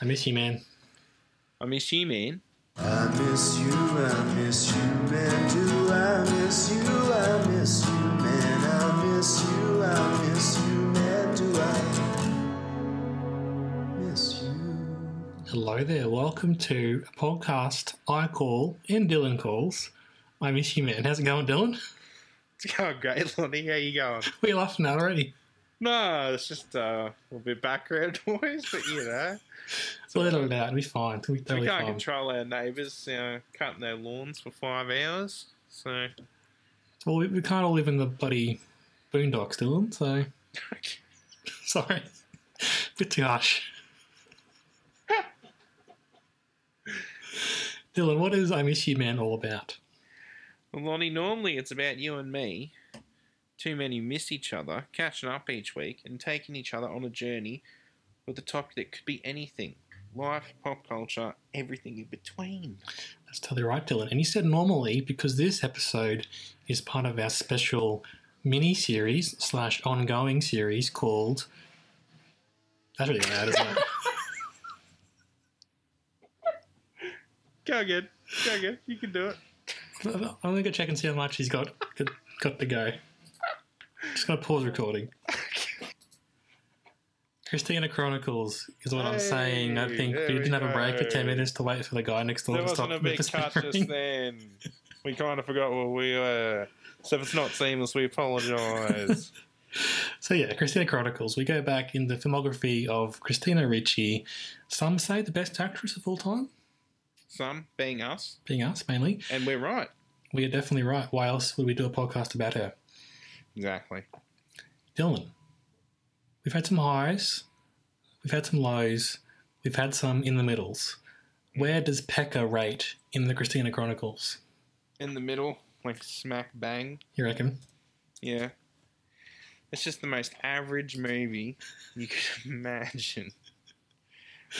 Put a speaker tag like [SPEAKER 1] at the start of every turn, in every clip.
[SPEAKER 1] I miss you, man.
[SPEAKER 2] I miss you, man.
[SPEAKER 3] I miss you, I miss you, man. Do I miss you? I miss you, man. I miss you, I miss you, man. Do I miss you?
[SPEAKER 1] Hello there. Welcome to a podcast I call and Dylan calls. I miss you, man. How's it going, Dylan?
[SPEAKER 2] It's going great, Lonnie. How you going?
[SPEAKER 1] We're laughing now already.
[SPEAKER 2] No, it's just uh, a little bit background noise, but you know.
[SPEAKER 1] It's a little loud. We're fine. We're
[SPEAKER 2] we
[SPEAKER 1] totally
[SPEAKER 2] can't
[SPEAKER 1] fine.
[SPEAKER 2] control our neighbours you know, cutting their lawns for five hours. So,
[SPEAKER 1] Well, we, we can't all live in the bloody boondocks, Dylan, so sorry. Bit too harsh. Dylan, what is I Miss You Man all about?
[SPEAKER 2] Lonnie, normally it's about you and me. Two men who miss each other, catching up each week, and taking each other on a journey with a topic that could be anything life, pop culture, everything in between.
[SPEAKER 1] That's totally right, Dylan. And you said normally because this episode is part of our special mini series slash ongoing series called. That's really loud, isn't it?
[SPEAKER 2] Go good. Go good. You can do it.
[SPEAKER 1] I'm gonna go check and see how much he's got got, got to go. Just gonna pause recording. Christina Chronicles is what I'm saying. I
[SPEAKER 2] Hey,
[SPEAKER 1] think
[SPEAKER 2] there
[SPEAKER 1] we didn't
[SPEAKER 2] we
[SPEAKER 1] have a break for ten
[SPEAKER 2] go.
[SPEAKER 1] minutes to wait for the guy next door
[SPEAKER 2] There
[SPEAKER 1] to stop
[SPEAKER 2] wasn't a big cut just
[SPEAKER 1] whispering.
[SPEAKER 2] then. We kind of forgot where we were. So if it's not seamless, we apologise.
[SPEAKER 1] So yeah, Christina Chronicles. We go back in the filmography of Christina Ricci. Some say the best actress of all time,
[SPEAKER 2] Some being us,
[SPEAKER 1] being us mainly.
[SPEAKER 2] and we're right.
[SPEAKER 1] We are definitely right. Why else would we do a podcast about her?
[SPEAKER 2] Exactly.
[SPEAKER 1] Dylan, we've had some highs, we've had some lows, we've had some in the middles. Where does Pekka rate in the Christina Chronicles?
[SPEAKER 2] In the middle, like smack bang.
[SPEAKER 1] You reckon?
[SPEAKER 2] Yeah. It's just the most average movie you could imagine.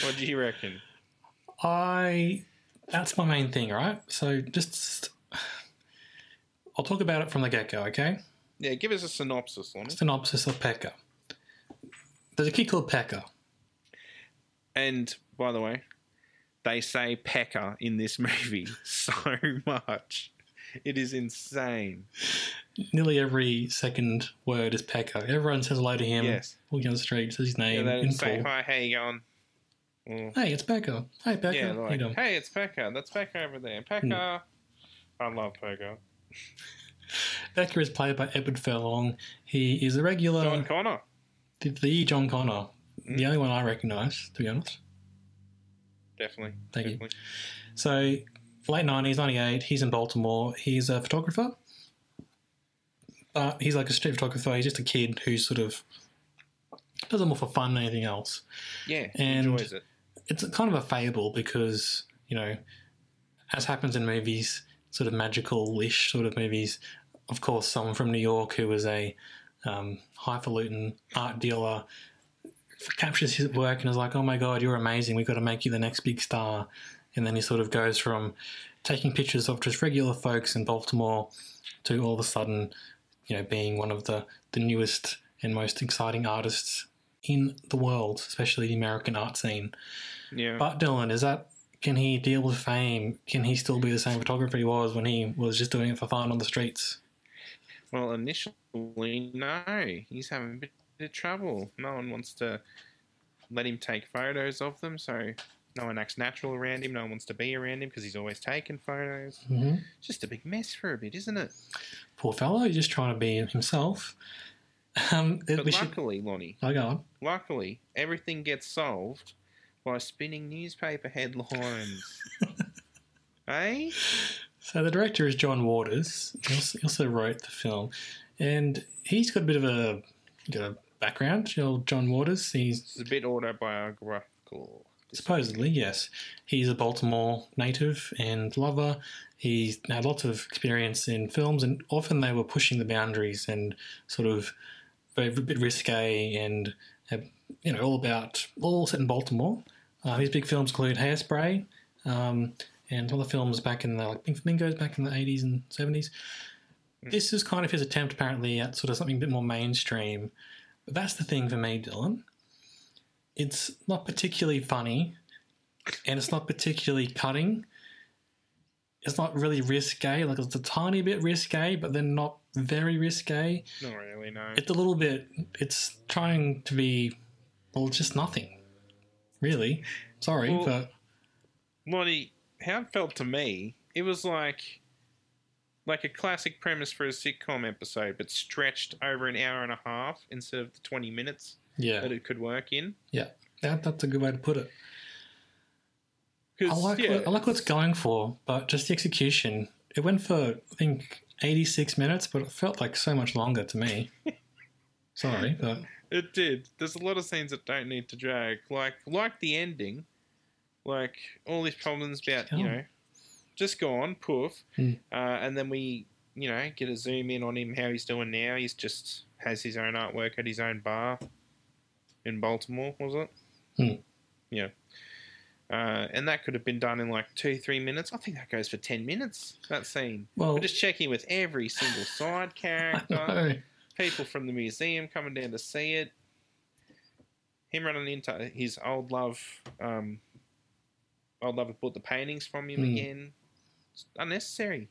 [SPEAKER 2] What do you reckon?
[SPEAKER 1] I. That's my main thing, right? So just. I'll talk about it from the get go, okay?
[SPEAKER 2] Yeah, give us a synopsis on it.
[SPEAKER 1] Synopsis of Pekka. There's a kid called Pekka.
[SPEAKER 2] And by the way, they say pecker in this movie so much. It is insane.
[SPEAKER 1] Nearly every second word is Pekka. Everyone says hello to him.
[SPEAKER 2] Yes.
[SPEAKER 1] Walking on the street, says his
[SPEAKER 2] Yeah,
[SPEAKER 1] name.
[SPEAKER 2] they
[SPEAKER 1] in
[SPEAKER 2] didn't say
[SPEAKER 1] full.
[SPEAKER 2] hi. How you going? Or,
[SPEAKER 1] Hey, it's E Pekka. Hey, Pekka.
[SPEAKER 2] yeah,
[SPEAKER 1] How you
[SPEAKER 2] like,
[SPEAKER 1] doing?
[SPEAKER 2] hey, it's Pekka. That's Pekka over there. Pekka.
[SPEAKER 1] Hmm.
[SPEAKER 2] I love Pekka.
[SPEAKER 1] Becker E is played by Edward Furlong. He is a regular,
[SPEAKER 2] John Hmm? Connor.
[SPEAKER 1] the, the John Connor, the only one I recognise, to be honest.
[SPEAKER 2] Definitely.
[SPEAKER 1] Thank you.
[SPEAKER 2] definitely.
[SPEAKER 1] So, late 90s, 98, he's in Baltimore. He's a photographer. But he's like a street photographer. He's just a kid who sort of does it more for fun than anything else.
[SPEAKER 2] Yeah, he
[SPEAKER 1] And-
[SPEAKER 2] enjoys it.
[SPEAKER 1] It's kind of a fable because, you know, as happens in movies, sort of magical ish sort of movies, of course, someone from New York who was a um, highfalutin art dealer captures his work and is like, "Oh my god, you're amazing! We've got to make you the next big star." And then he sort of goes from taking pictures of just regular folks in Baltimore to all of a sudden, you know, being one of the the newest and most exciting artists in the world, especially the American art scene.
[SPEAKER 2] Yeah.
[SPEAKER 1] But Dylan, is that can he deal with fame? Can he still be the same photographer he was when he was just doing it for fun on the streets?
[SPEAKER 2] Well, initially, no. He's having a bit of trouble. No one wants to let him take photos of them, so no one acts natural around him. No one wants to be around him because he's always taking photos.
[SPEAKER 1] Mm-hmm.
[SPEAKER 2] Just a big mess for a bit, isn't it?
[SPEAKER 1] Poor fellow, he's just trying to be himself. Um,
[SPEAKER 2] But
[SPEAKER 1] we should.
[SPEAKER 2] luckily, Lonnie,
[SPEAKER 1] Oh, go on.
[SPEAKER 2] luckily, everything gets solved by spinning newspaper headlines. eh?
[SPEAKER 1] So the director is John Waters. He also, he also wrote the film, and he's got a bit of a you know, background, you know, John Waters. He's
[SPEAKER 2] It's a bit autobiographical.
[SPEAKER 1] supposedly, yes, he's a Baltimore native and lover. He had lots of experience in films, and often they were pushing the boundaries and sort of very, a bit risque and uh, you know all about all set in Baltimore. Uh, his big films include Hairspray um, and other films back in the like Pink Flamingos back in the eighties and seventies. This is kind of his attempt, apparently, at sort of something a bit more mainstream. But that's the thing for me, Dylan. It's not particularly funny, and it's not particularly cutting. It's not really risque. Like it's a tiny bit risque, but then not very risque
[SPEAKER 2] Not really, no.
[SPEAKER 1] it's a little bit it's trying to be well just nothing really sorry
[SPEAKER 2] Well-
[SPEAKER 1] but
[SPEAKER 2] Lonnie, how it felt to me, it was like like a classic premise for a sitcom episode, but stretched over an hour and a half instead of the twenty minutes
[SPEAKER 1] yeah
[SPEAKER 2] that it could work in.
[SPEAKER 1] yeah that, that's a good way to put it i
[SPEAKER 2] 'Cause,
[SPEAKER 1] like
[SPEAKER 2] yeah,
[SPEAKER 1] what, i like what it's going for but just the execution it went for i think 86 minutes but it felt like so much longer to me sorry but
[SPEAKER 2] It did. There's a lot of scenes that don't need to drag, like like the ending, like all these problems about you
[SPEAKER 1] Go on.
[SPEAKER 2] know, just go on poof,
[SPEAKER 1] Hmm.
[SPEAKER 2] uh, and then we you know get a zoom in on him how he's doing now. He's just has his own artwork at his own bar in Baltimore, was it?
[SPEAKER 1] Hmm.
[SPEAKER 2] Yeah. Uh, and that could have been done in like two, three minutes. I think that goes for ten minutes. That scene.
[SPEAKER 1] Well-
[SPEAKER 2] We're just checking with every single side
[SPEAKER 1] I
[SPEAKER 2] character
[SPEAKER 1] know.
[SPEAKER 2] people from the museum coming down to see it. Him running into his old love, um, old lover bought the paintings from him
[SPEAKER 1] Hmm.
[SPEAKER 2] again. It's unnecessary.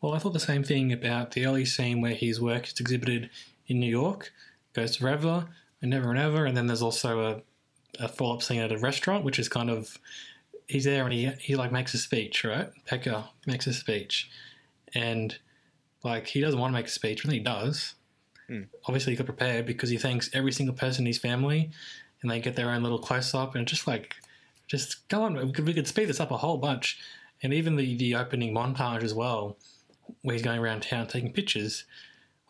[SPEAKER 1] Well, I thought the same thing about the early scene where his work is exhibited in New York, goes to Forever and Never and Ever, and then there's also a, a follow up scene at a restaurant, which is kind of he's there and he he like makes a speech, right? Pecker makes a speech, and like he doesn't want to make a speech, but then he does.
[SPEAKER 2] Hmm.
[SPEAKER 1] Obviously, he got prepared because he thanks every single person in his family, and they get their own little close up, and just like, just go on, we could, we could speed this up a whole bunch, and even the the opening montage as well where he's going around town taking pictures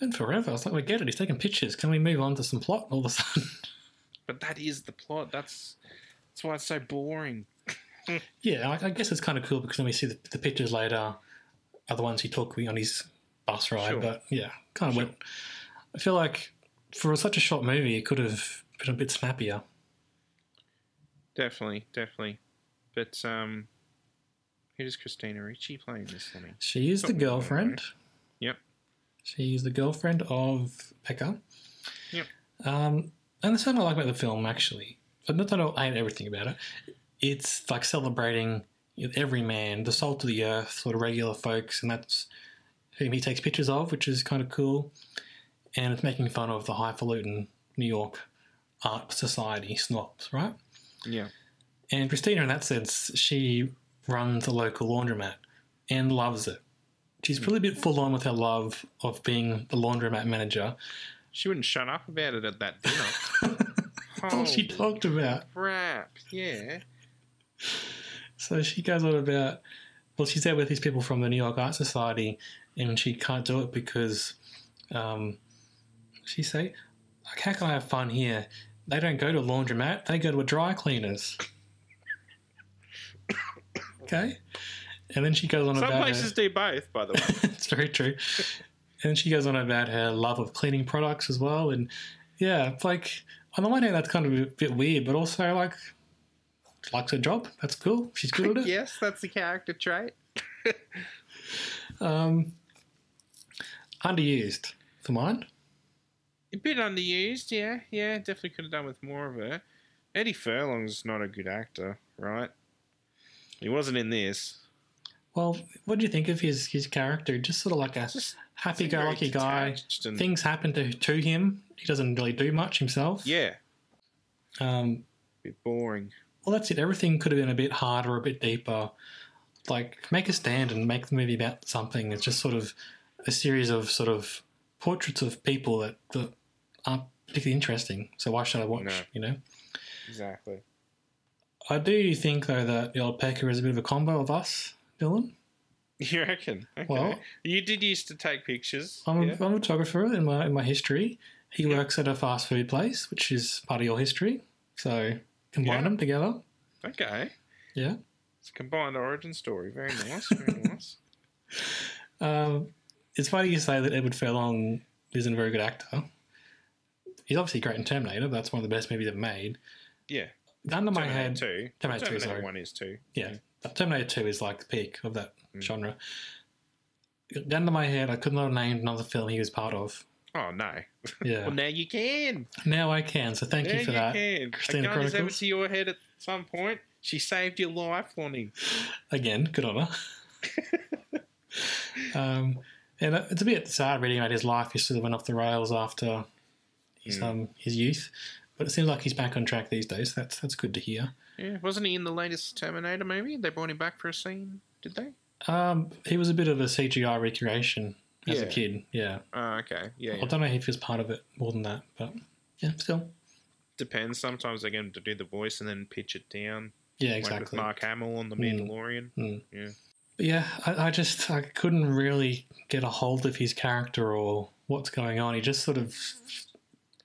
[SPEAKER 1] went forever. I was like, we get it. He's taking pictures. Can we move on to some plot all of a sudden?
[SPEAKER 2] But that is the plot. That's that's why it's so boring.
[SPEAKER 1] yeah, I, I guess it's kind of cool because then we see the, the pictures later are the ones he took on his bus ride.
[SPEAKER 2] Sure.
[SPEAKER 1] But yeah, kind of went. I feel like for such a short movie, it could have been a bit snappier.
[SPEAKER 2] Definitely, definitely. But um, who does Christina Ricci playing this morning?
[SPEAKER 1] She is the
[SPEAKER 2] Something like that, right?
[SPEAKER 1] girlfriend.
[SPEAKER 2] Yep.
[SPEAKER 1] She's the girlfriend of Pekka.
[SPEAKER 2] Yep.
[SPEAKER 1] Um, and that's something I like about the film, actually. But not that I hate everything about it. It's like celebrating every man, the salt of the earth, sort of regular folks, and that's whom he takes pictures of, which is kind of cool. And it's making fun of the highfalutin New York art society snobs, right?
[SPEAKER 2] Yeah.
[SPEAKER 1] And Christina, in that sense, she runs a local laundromat and loves it.
[SPEAKER 2] Hmm.
[SPEAKER 1] She's really a bit full on with her love of being the laundromat manager.
[SPEAKER 2] She wouldn't shut up about it at that dinner.
[SPEAKER 1] That's
[SPEAKER 2] Oh.
[SPEAKER 1] all she
[SPEAKER 2] Holy
[SPEAKER 1] talked about.
[SPEAKER 2] crap. Yeah.
[SPEAKER 1] So she goes on about, well, she's there with these people from the New York Art Society, and she can't do it because, um, she say, like, how can I have fun here? They don't go to a laundromat; they go to a dry cleaners. okay, and then she goes on
[SPEAKER 2] Some
[SPEAKER 1] about her-
[SPEAKER 2] places do both, by the way.
[SPEAKER 1] it's very true. And she goes on about her love of cleaning products as well. And yeah, it's like on the one hand, that's kind of a bit weird, but also like she likes her job. That's cool. She's good at it.
[SPEAKER 2] yes, that's the character trait.
[SPEAKER 1] Um, underused for mine.
[SPEAKER 2] A bit underused, yeah, yeah. Definitely could have done with more of her. Eddie Furlong's not a good actor, right? He wasn't in this.
[SPEAKER 1] Well, what do you think of his his character? Just sort of like a
[SPEAKER 2] Just
[SPEAKER 1] happy-go-lucky
[SPEAKER 2] very
[SPEAKER 1] guy.
[SPEAKER 2] detached and-
[SPEAKER 1] Things happen to to him. He doesn't really do much himself.
[SPEAKER 2] Yeah,
[SPEAKER 1] Um,
[SPEAKER 2] bit boring.
[SPEAKER 1] well, that's it. Everything could have been a bit harder, a bit deeper. Like, make a stand and make the movie about something. It's just sort of a series of sort of portraits of people that, that aren't particularly interesting. So why should I watch?
[SPEAKER 2] No.
[SPEAKER 1] You know,
[SPEAKER 2] Exactly.
[SPEAKER 1] I do think though that the old Pecker is a bit of a combo of us, Dylan.
[SPEAKER 2] You reckon? Okay.
[SPEAKER 1] Well-
[SPEAKER 2] you did used to take pictures.
[SPEAKER 1] I'm,
[SPEAKER 2] yeah?
[SPEAKER 1] a, I'm a photographer in my in my history, He works at a fast food place, which is part of your history. So combine
[SPEAKER 2] Yeah.
[SPEAKER 1] them together.
[SPEAKER 2] Okay.
[SPEAKER 1] Yeah.
[SPEAKER 2] It's a combined origin story. Very nice. Very nice.
[SPEAKER 1] Um, it's funny you say that Edward Furlong isn't a very good actor. He's obviously great in Terminator. but That's one of the best movies ever made.
[SPEAKER 2] Yeah.
[SPEAKER 1] Under my
[SPEAKER 2] Terminator
[SPEAKER 1] head,
[SPEAKER 2] 2.
[SPEAKER 1] Terminator 2, sorry.
[SPEAKER 2] 1 is 2.
[SPEAKER 1] yeah, Terminator Two is like the peak of that
[SPEAKER 2] Mm.
[SPEAKER 1] genre. Down to my head, I couldn't have named another film he was part of.
[SPEAKER 2] Oh, no.
[SPEAKER 1] Yeah,
[SPEAKER 2] Well, now you can.
[SPEAKER 1] now I can. So thank
[SPEAKER 2] now
[SPEAKER 1] you for that,
[SPEAKER 2] can.
[SPEAKER 1] Christina
[SPEAKER 2] a gun is ever
[SPEAKER 1] Chronicles.
[SPEAKER 2] to your head at some point. She saved your life, Lonnie.
[SPEAKER 1] Again, good on her. um, and uh, it's a bit sad reading about his life. He sort of went off the rails after his
[SPEAKER 2] Hmm.
[SPEAKER 1] um his youth, but it seems like he's back on track these days. That's that's good to hear.
[SPEAKER 2] Yeah. Wasn't he in the latest Terminator movie? They brought him back for a scene, did they?
[SPEAKER 1] Um, he was a bit of a CGI recreation as a
[SPEAKER 2] Yeah.
[SPEAKER 1] kid. Yeah,
[SPEAKER 2] Oh, okay. Yeah.
[SPEAKER 1] I
[SPEAKER 2] yeah.
[SPEAKER 1] don't know if he was part of it more than that, but yeah, still.
[SPEAKER 2] Depends. Sometimes they get him to do the voice and then pitch it down.
[SPEAKER 1] Yeah,
[SPEAKER 2] Like with
[SPEAKER 1] exactly.
[SPEAKER 2] Mark Hamill on The
[SPEAKER 1] Mm.
[SPEAKER 2] Mandalorian.
[SPEAKER 1] Mm.
[SPEAKER 2] Yeah.
[SPEAKER 1] But yeah, I, I just I couldn't really get a hold of his character or what's going on. He just sort of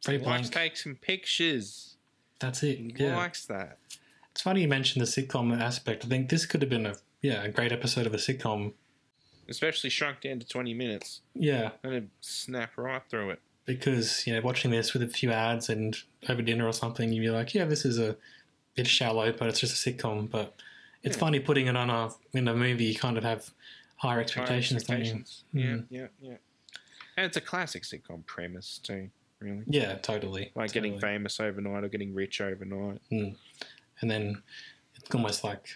[SPEAKER 1] very
[SPEAKER 2] Likes
[SPEAKER 1] blank.
[SPEAKER 2] take some pictures.
[SPEAKER 1] That's it. Yeah,
[SPEAKER 2] Likes that.
[SPEAKER 1] it's funny you mentioned the sitcom aspect. I think this could have been a yeah a great episode of a sitcom.
[SPEAKER 2] Especially shrunk down to 20 minutes.
[SPEAKER 1] Yeah,
[SPEAKER 2] And it snap right through it.
[SPEAKER 1] because you know watching this with a few ads and over dinner or something, you'd be like, yeah, this is a bit shallow, but it's just a sitcom. But it's funny putting it on a in a movie. You kind of have higher expectations.
[SPEAKER 2] High
[SPEAKER 1] don't you?
[SPEAKER 2] Yeah,
[SPEAKER 1] Mm.
[SPEAKER 2] yeah, yeah. And it's a classic sitcom premise too, really.
[SPEAKER 1] Yeah, totally.
[SPEAKER 2] Like
[SPEAKER 1] totally.
[SPEAKER 2] getting famous overnight or getting rich overnight.
[SPEAKER 1] and then it's almost like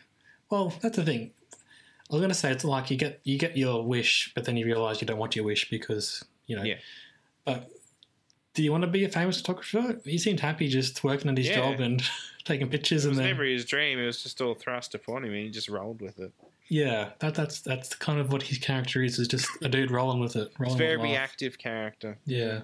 [SPEAKER 1] well that's the thing i was going to say it's like you get you get your wish but then you realize you don't want your wish because you know
[SPEAKER 2] Yeah.
[SPEAKER 1] but do you want to be a famous photographer he seemed happy just working at his
[SPEAKER 2] Yeah.
[SPEAKER 1] job and taking pictures
[SPEAKER 2] It
[SPEAKER 1] and
[SPEAKER 2] was
[SPEAKER 1] then
[SPEAKER 2] never his dream, it was just all thrust upon him and he just rolled with it.
[SPEAKER 1] yeah that that's that's kind of what his character is is just a dude rolling with it rolling
[SPEAKER 2] It's a
[SPEAKER 1] with
[SPEAKER 2] very
[SPEAKER 1] life.
[SPEAKER 2] active character.
[SPEAKER 1] yeah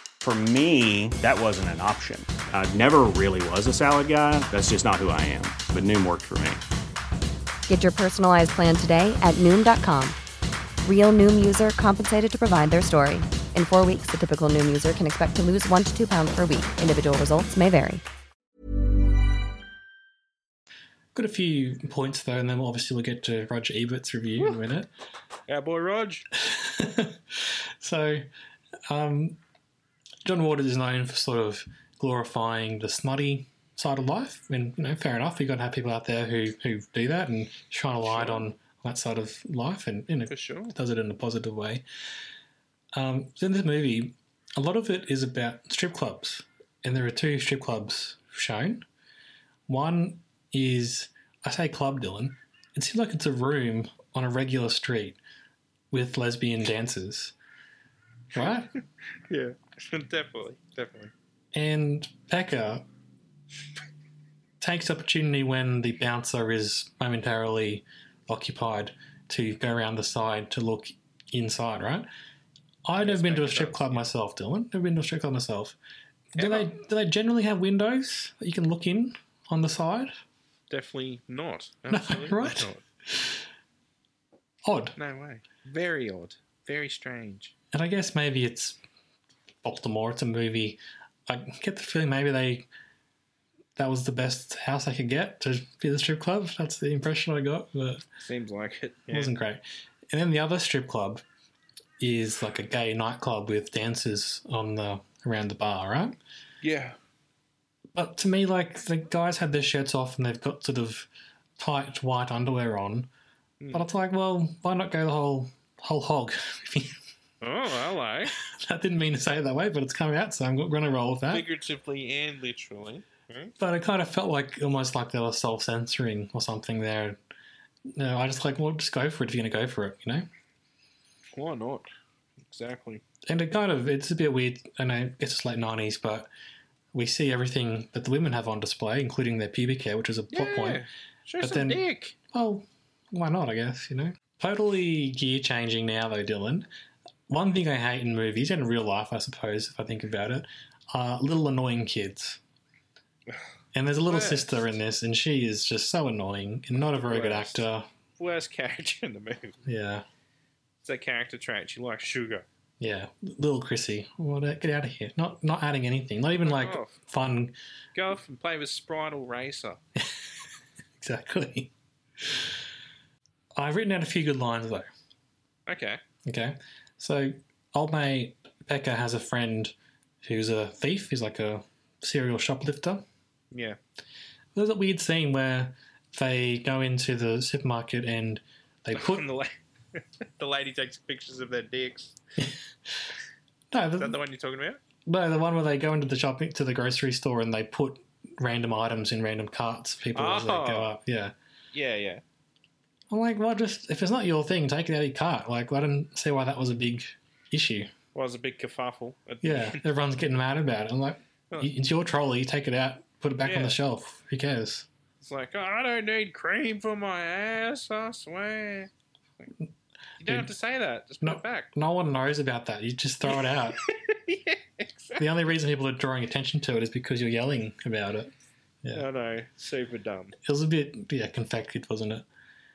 [SPEAKER 4] For me, that wasn't an option. I never really was a salad guy. That's just not who I am. But Noom worked for me.
[SPEAKER 5] Get your personalized plan today at Noom.com. Real Noom user compensated to provide their story. In four weeks, the typical Noom user can expect to lose one to two pounds per week. Individual results may vary.
[SPEAKER 1] got a few points though and then obviously we'll get to roger ebert's review in a minute
[SPEAKER 2] Our boy Rog.
[SPEAKER 1] So, um, John Waters is known for sort of glorifying the snotty side of life, and you know, fair enough. You've got to have people out there who who do that and shine a light on that side of life, and you know,
[SPEAKER 2] For sure.
[SPEAKER 1] does it in a positive way. Um, so in this movie, a lot of it is about strip clubs, and there are two strip clubs shown. One is, I say club, Dylan. It seems like it's a room on a regular street with lesbian dancers, right?
[SPEAKER 2] Yeah. definitely. Definitely.
[SPEAKER 1] and Becca takes opportunity when the bouncer is momentarily occupied to go around the side to look inside, right? I've never been to a strip club myself, Dylan. Never been to a strip club myself. Do they do they generally have windows that you can look in on the side?
[SPEAKER 2] Definitely not. Absolutely
[SPEAKER 1] right? Odd.
[SPEAKER 2] not. No way. Very odd. Very strange.
[SPEAKER 1] And I guess maybe it's Baltimore. It's a movie. I get the feeling maybe they that was the best house I could get to be the strip club. That's the impression I got, but it
[SPEAKER 2] Seems like it. Yeah.
[SPEAKER 1] wasn't great. And then the other strip club is like a gay nightclub with dancers on the around the bar, right?
[SPEAKER 2] yeah.
[SPEAKER 1] But to me, like the guys had their shirts off and they've got sort of tight white underwear on. But it's like, well, why not go the whole whole hog?
[SPEAKER 2] Oh, hello.
[SPEAKER 1] I didn't mean to say it that way, but it's come out, so I'm going to roll with that.
[SPEAKER 2] Figuratively and literally.
[SPEAKER 1] But I kind of felt like almost like they were self censoring or something there. No, I just like, well, just go for it if you're going to go for it, you know?
[SPEAKER 2] Why not? Exactly.
[SPEAKER 1] and it kind of it's a bit weird. I know it's just late nineties, but we see everything that the women have on display, including their pubic hair, which is a plot point.
[SPEAKER 2] Yeah. Show
[SPEAKER 1] But
[SPEAKER 2] some
[SPEAKER 1] then-
[SPEAKER 2] dick.
[SPEAKER 1] Well, why not? I guess you know. Totally gear changing now, though, Dylan. One thing I hate in movies and in real life, I suppose, if I think about it, are little annoying kids. And there's a little
[SPEAKER 2] Worst.
[SPEAKER 1] sister in this, and she is just so annoying and not a very good
[SPEAKER 2] Worst.
[SPEAKER 1] actor.
[SPEAKER 2] Worst character in the movie.
[SPEAKER 1] Yeah,
[SPEAKER 2] It's a character trait. She likes sugar.
[SPEAKER 1] yeah. Little Chrissy, what? a- Get out of here! Not not adding anything. Not even like
[SPEAKER 2] off.
[SPEAKER 1] fun
[SPEAKER 2] Go off and play with Sprite or Racer.
[SPEAKER 1] Exactly. I've written out a few good lines though.
[SPEAKER 2] Okay.
[SPEAKER 1] Okay. So old mate Becca has a friend who's a thief, he's like a serial shoplifter.
[SPEAKER 2] Yeah.
[SPEAKER 1] There's a weird scene where they go into the supermarket and they put
[SPEAKER 2] And the, la- the lady takes pictures of their dicks.
[SPEAKER 1] no
[SPEAKER 2] Is that
[SPEAKER 1] the,
[SPEAKER 2] the one you're talking about?
[SPEAKER 1] no the one where they go into the shopping to the grocery store and they put random items in random carts for people as they go
[SPEAKER 2] Oh.
[SPEAKER 1] up. Yeah.
[SPEAKER 2] Yeah, yeah.
[SPEAKER 1] I'm like, well, just if it's not your thing, take it out of your cart. Like, I didn't see why that was a big issue.
[SPEAKER 2] Well, it was a big kerfuffle. at the
[SPEAKER 1] Yeah,
[SPEAKER 2] end.
[SPEAKER 1] everyone's getting mad about it. I'm like,
[SPEAKER 2] Oh.
[SPEAKER 1] "You- it's your trolley. Take it out, put it back on
[SPEAKER 2] Yeah.
[SPEAKER 1] the shelf. Who cares?
[SPEAKER 2] It's like, oh, I don't need cream for my ass, I swear. Like, you don't have to say that. Just put
[SPEAKER 1] No.
[SPEAKER 2] it back.
[SPEAKER 1] No one knows about that. You just throw it out.
[SPEAKER 2] yeah, exactly.
[SPEAKER 1] the only reason people are drawing attention to it is because you're yelling about it. Yeah.
[SPEAKER 2] I know. Super dumb.
[SPEAKER 1] It was a bit, yeah, confected, wasn't it?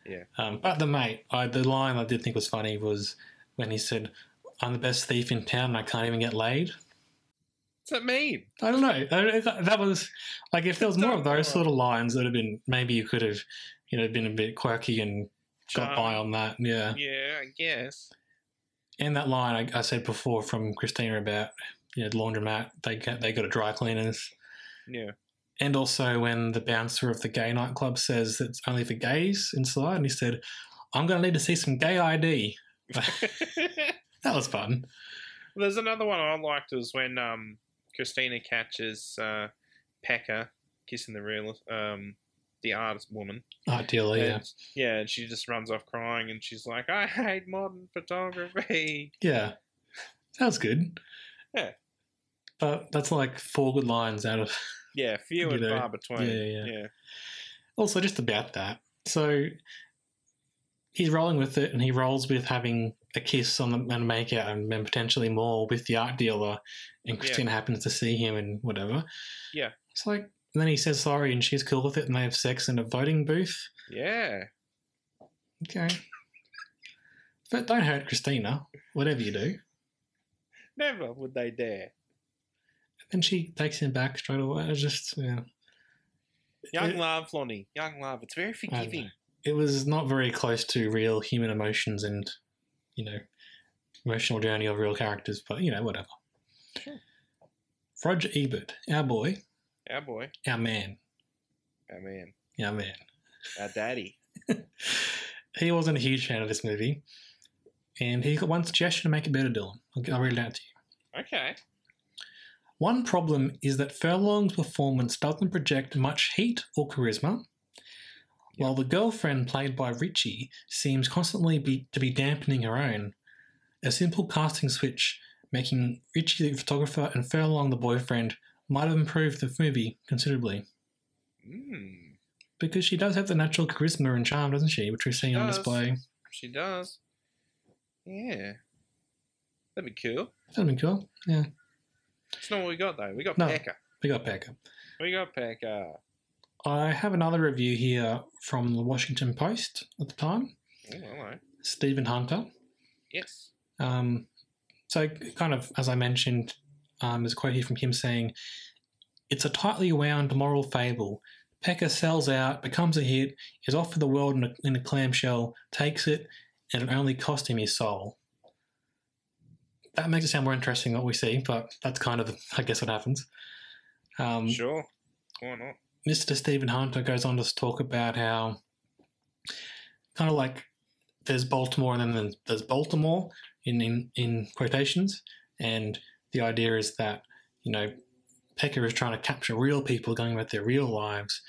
[SPEAKER 2] Yeah.
[SPEAKER 1] Um, but the mate, I, the line I did think was funny was when he said, "I'm the best thief in town, and I can't even get laid."
[SPEAKER 2] What's that mean?
[SPEAKER 1] I don't know. I don't- that, that was like if there was more of those sort of lines, that would have been maybe you could have, you know, been a bit quirky and got by on that. Yeah.
[SPEAKER 2] Um, Yeah, I guess.
[SPEAKER 1] and that line I, I said before from Christina about you know the laundromat they got, they got a dry cleaners
[SPEAKER 2] Yeah.
[SPEAKER 1] and also when the bouncer of the gay nightclub says it's only for gays inside and he said I'm gonna need to see some gay ID that was fun
[SPEAKER 2] There's another one I liked was when um, Christina catches uh, Pekka kissing the real um, the artist woman.
[SPEAKER 1] ideally yeah
[SPEAKER 2] And, yeah, and she just runs off crying, and she's like, "I hate modern photography."
[SPEAKER 1] yeah that was good
[SPEAKER 2] Yeah.
[SPEAKER 1] but that's like four good lines out of
[SPEAKER 2] Yeah, few
[SPEAKER 1] You
[SPEAKER 2] and
[SPEAKER 1] know,
[SPEAKER 2] far between.
[SPEAKER 1] yeah, yeah. also just about that. So he's rolling with it, and he rolls with having a kiss on the and make out, and then potentially more with the art dealer. And
[SPEAKER 2] Yeah.
[SPEAKER 1] Christina happens to see him, and whatever.
[SPEAKER 2] Yeah.
[SPEAKER 1] it's like and then he says sorry, and she's cool with it, and they have sex in a voting booth.
[SPEAKER 2] yeah.
[SPEAKER 1] Okay, but don't hurt Christina, whatever you do.
[SPEAKER 2] Never would they dare.
[SPEAKER 1] Then she takes him back straight away. It was just yeah.
[SPEAKER 2] Young
[SPEAKER 1] It-
[SPEAKER 2] love, Lonnie. Young love. It's very forgiving.
[SPEAKER 1] it was not very close to real human emotions and you know emotional journey of real characters but you know whatever roger ebert our boy
[SPEAKER 2] Our boy,
[SPEAKER 1] our man
[SPEAKER 2] our man,
[SPEAKER 1] our man
[SPEAKER 2] our daddy.
[SPEAKER 1] he wasn't a huge fan of this movie and he got one suggestion to make it better dylan I'll- i'll read it out to you
[SPEAKER 2] Okay.
[SPEAKER 1] One problem is that Furlong's performance doesn't project much heat or charisma, while the girlfriend played by Richie seems constantly be, to be dampening her own. A simple casting switch, making Richie the photographer and Furlong the boyfriend, might have improved the movie considerably.
[SPEAKER 2] Mm,
[SPEAKER 1] Because she does have the natural charisma and charm, doesn't she? Which we're seeing on
[SPEAKER 2] Does.
[SPEAKER 1] display.
[SPEAKER 2] she does. Yeah. That'd be cool.
[SPEAKER 1] That'd be cool. Yeah.
[SPEAKER 2] It's not what we got though. We got
[SPEAKER 1] No.
[SPEAKER 2] Pekka.
[SPEAKER 1] We got Packer.
[SPEAKER 2] We got Pekka.
[SPEAKER 1] I have another review here from the Washington Post at the time,
[SPEAKER 2] Oh, hello.
[SPEAKER 1] Stephen Hunter.
[SPEAKER 2] Yes.
[SPEAKER 1] Um, so, kind of as I mentioned, um, there's a quote here from him saying, "It's a tightly wound moral fable. Pecker sells out, becomes a hit, is off for the world in a, in a clamshell, takes it, and it only cost him his soul." That makes it sound more interesting than what we see, but that's kind of, I guess, what happens. Um,
[SPEAKER 2] Sure. Why not?
[SPEAKER 1] Mr. Stephen Hunter goes on to talk about how kind of like there's Baltimore and then there's Baltimore in, in, in quotations. And the idea is that, you know, Pecker is trying to capture real people going about their real lives,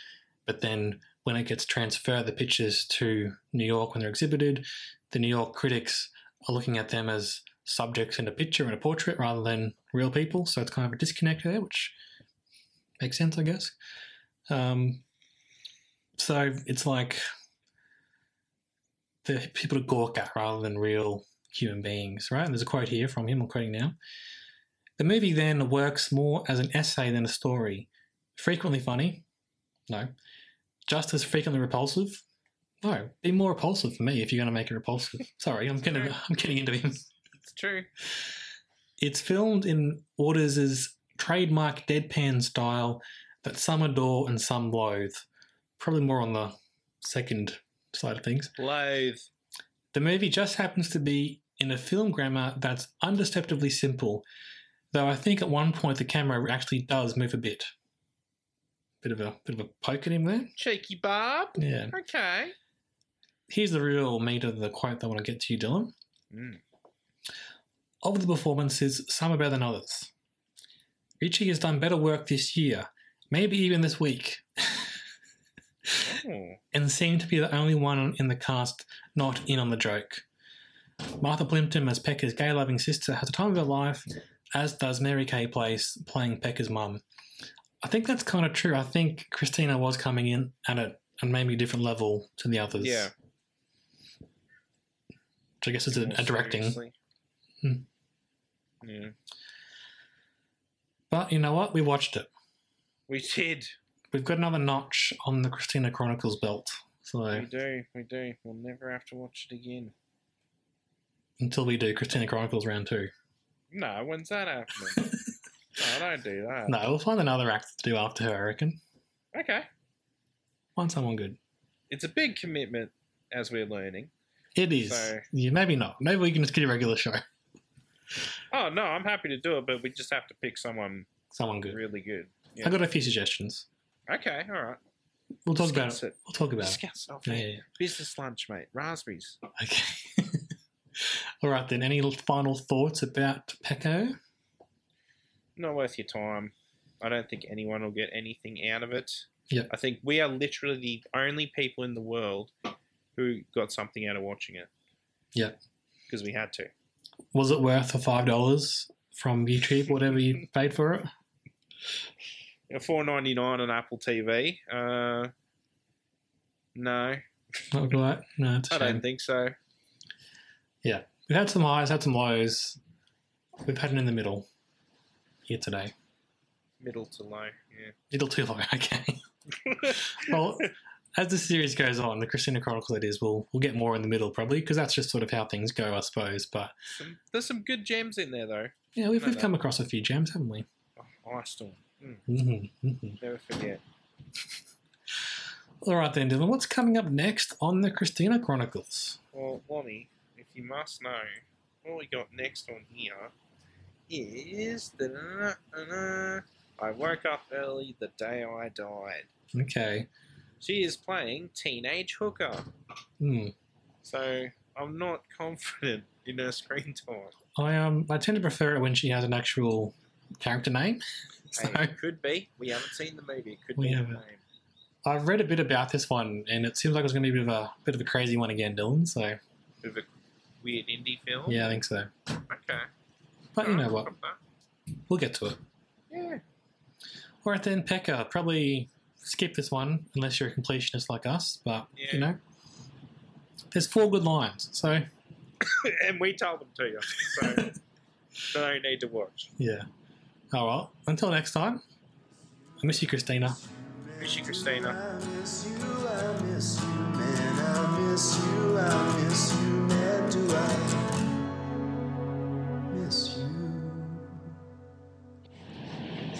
[SPEAKER 1] but then when it gets transferred, the pictures to New York when they're exhibited, the New York critics are looking at them as subjects in a picture and a portrait rather than real people. So it's kind of a disconnect there, which makes sense, I guess. Um, so it's like they're people to gawk at rather than real human beings, right? And there's a quote here from him, I'm quoting now. The movie then works more as an essay than a story. Frequently funny? No. Just as frequently repulsive? No. Be more repulsive for me if you're going to make it repulsive. Sorry, I'm gonna, I'm getting into him.
[SPEAKER 2] It's true.
[SPEAKER 1] It's filmed in Waters' trademark deadpan style that some adore and some loathe. Probably more on the second side of things.
[SPEAKER 2] Loathe.
[SPEAKER 1] The movie just happens to be in a film grammar that's undeceptively simple, though I think at one point the camera actually does move a bit. Bit of a bit of a poke at him there.
[SPEAKER 2] Cheeky Bob.
[SPEAKER 1] Yeah.
[SPEAKER 2] Okay.
[SPEAKER 1] Here's the real meat of the quote that I want to get to you, Dylan.
[SPEAKER 2] Mm.
[SPEAKER 1] Of the performances, some are better than others. Richie has done better work this year, maybe even this week,
[SPEAKER 2] Oh.
[SPEAKER 1] and seemed to be the only one in the cast not in on the joke. Martha Plimpton as Pecker's gay loving sister has a time of her life, as does Mary Kay Place playing Pecker's mum. I think that's kind of true. I think Christina was coming in at a, a maybe different level to the others.
[SPEAKER 2] Yeah.
[SPEAKER 1] Which I guess is a, a directing.
[SPEAKER 2] Seriously.
[SPEAKER 1] Hmm.
[SPEAKER 2] Yeah.
[SPEAKER 1] But you know what? We watched it.
[SPEAKER 2] We did.
[SPEAKER 1] We've got another notch on the Christina Chronicles belt. So
[SPEAKER 2] We do. We do. We'll never have to watch it again.
[SPEAKER 1] until we do Christina Chronicles round two.
[SPEAKER 2] No, when's that happening? no, don't do that.
[SPEAKER 1] No, we'll find another act to do after her, I reckon.
[SPEAKER 2] Okay.
[SPEAKER 1] Find someone good.
[SPEAKER 2] It's a big commitment, as we're learning.
[SPEAKER 1] It is.
[SPEAKER 2] So-
[SPEAKER 1] Yeah, maybe not. Maybe we can just get a regular show.
[SPEAKER 2] Oh no, I'm happy to do it, but we just have to pick someone
[SPEAKER 1] Someone good.
[SPEAKER 2] really good.
[SPEAKER 1] I got a few suggestions.
[SPEAKER 2] Okay, all right.
[SPEAKER 1] We'll talk about
[SPEAKER 2] Discuss
[SPEAKER 1] it.
[SPEAKER 2] it.
[SPEAKER 1] We'll talk about it.
[SPEAKER 2] Discuss. Oh,
[SPEAKER 1] Yeah,
[SPEAKER 2] mate.
[SPEAKER 1] yeah, yeah.
[SPEAKER 2] Business lunch, mate. Raspberries.
[SPEAKER 1] Okay. All right then. Any final thoughts about Pecco?
[SPEAKER 2] Not worth your time. I don't think anyone will get anything out of it.
[SPEAKER 1] Yep.
[SPEAKER 2] I think we are literally the only people in the world who got something out of watching it
[SPEAKER 1] Yep.
[SPEAKER 2] because we had to.
[SPEAKER 1] Was it worth the five dollars from YouTube, whatever you paid for it?
[SPEAKER 2] Four ninety nine on Apple TV. Uh, no,
[SPEAKER 1] Not right. No, it's a
[SPEAKER 2] I
[SPEAKER 1] shame.
[SPEAKER 2] don't think so.
[SPEAKER 1] Yeah. We've had some highs, had some lows. We've had it in the middle here today.
[SPEAKER 2] Middle to low. Yeah.
[SPEAKER 1] Middle too low, okay. well, as the series goes on, the Christina Chronicles it is, we'll, we'll get more in the middle probably, because that's just sort of how things go, I suppose. But
[SPEAKER 2] Some, there's some good gems in there though.
[SPEAKER 1] yeah, we've,
[SPEAKER 2] No,
[SPEAKER 1] we've
[SPEAKER 2] no.
[SPEAKER 1] come across a few gems, haven't we?
[SPEAKER 2] Oh, Ice Storm. Mm,
[SPEAKER 1] Mm-hmm, mm-hmm.
[SPEAKER 2] never forget.
[SPEAKER 1] All right then, Dylan, what's coming up next on the Christina Chronicles?
[SPEAKER 2] Well, Lonnie, if you must know, what we got next on here is the. I woke up early the day I died.
[SPEAKER 1] Okay.
[SPEAKER 2] She is playing teenage hooker,
[SPEAKER 1] Hmm.
[SPEAKER 2] so I'm not confident in her screen time.
[SPEAKER 1] I um I tend to prefer it when she has an actual character name. So
[SPEAKER 2] Hey, it could be. We haven't seen the movie. It could
[SPEAKER 1] We
[SPEAKER 2] be the
[SPEAKER 1] haven't.
[SPEAKER 2] name.
[SPEAKER 1] I've read a bit about this one, and it seems like it's going to be a bit of a bit of a crazy one again, Dylan. So
[SPEAKER 2] Bit of a weird indie film.
[SPEAKER 1] yeah, I think so.
[SPEAKER 2] Okay.
[SPEAKER 1] But you know
[SPEAKER 2] Alright,
[SPEAKER 1] what?
[SPEAKER 2] got that.
[SPEAKER 1] We'll get to it.
[SPEAKER 2] Yeah.
[SPEAKER 1] All right then, Pekka. Probably skip this one unless you're a completionist like us. But
[SPEAKER 2] Yeah.
[SPEAKER 1] you know, there's four good lines. So
[SPEAKER 2] and we told them to you, so no need to watch.
[SPEAKER 1] yeah. All right. Until next time. I miss you, Christina.
[SPEAKER 2] Miss you, Christina.
[SPEAKER 3] I miss you, I miss you, man. I miss you, I miss you, man. Do I miss you?
[SPEAKER 2] So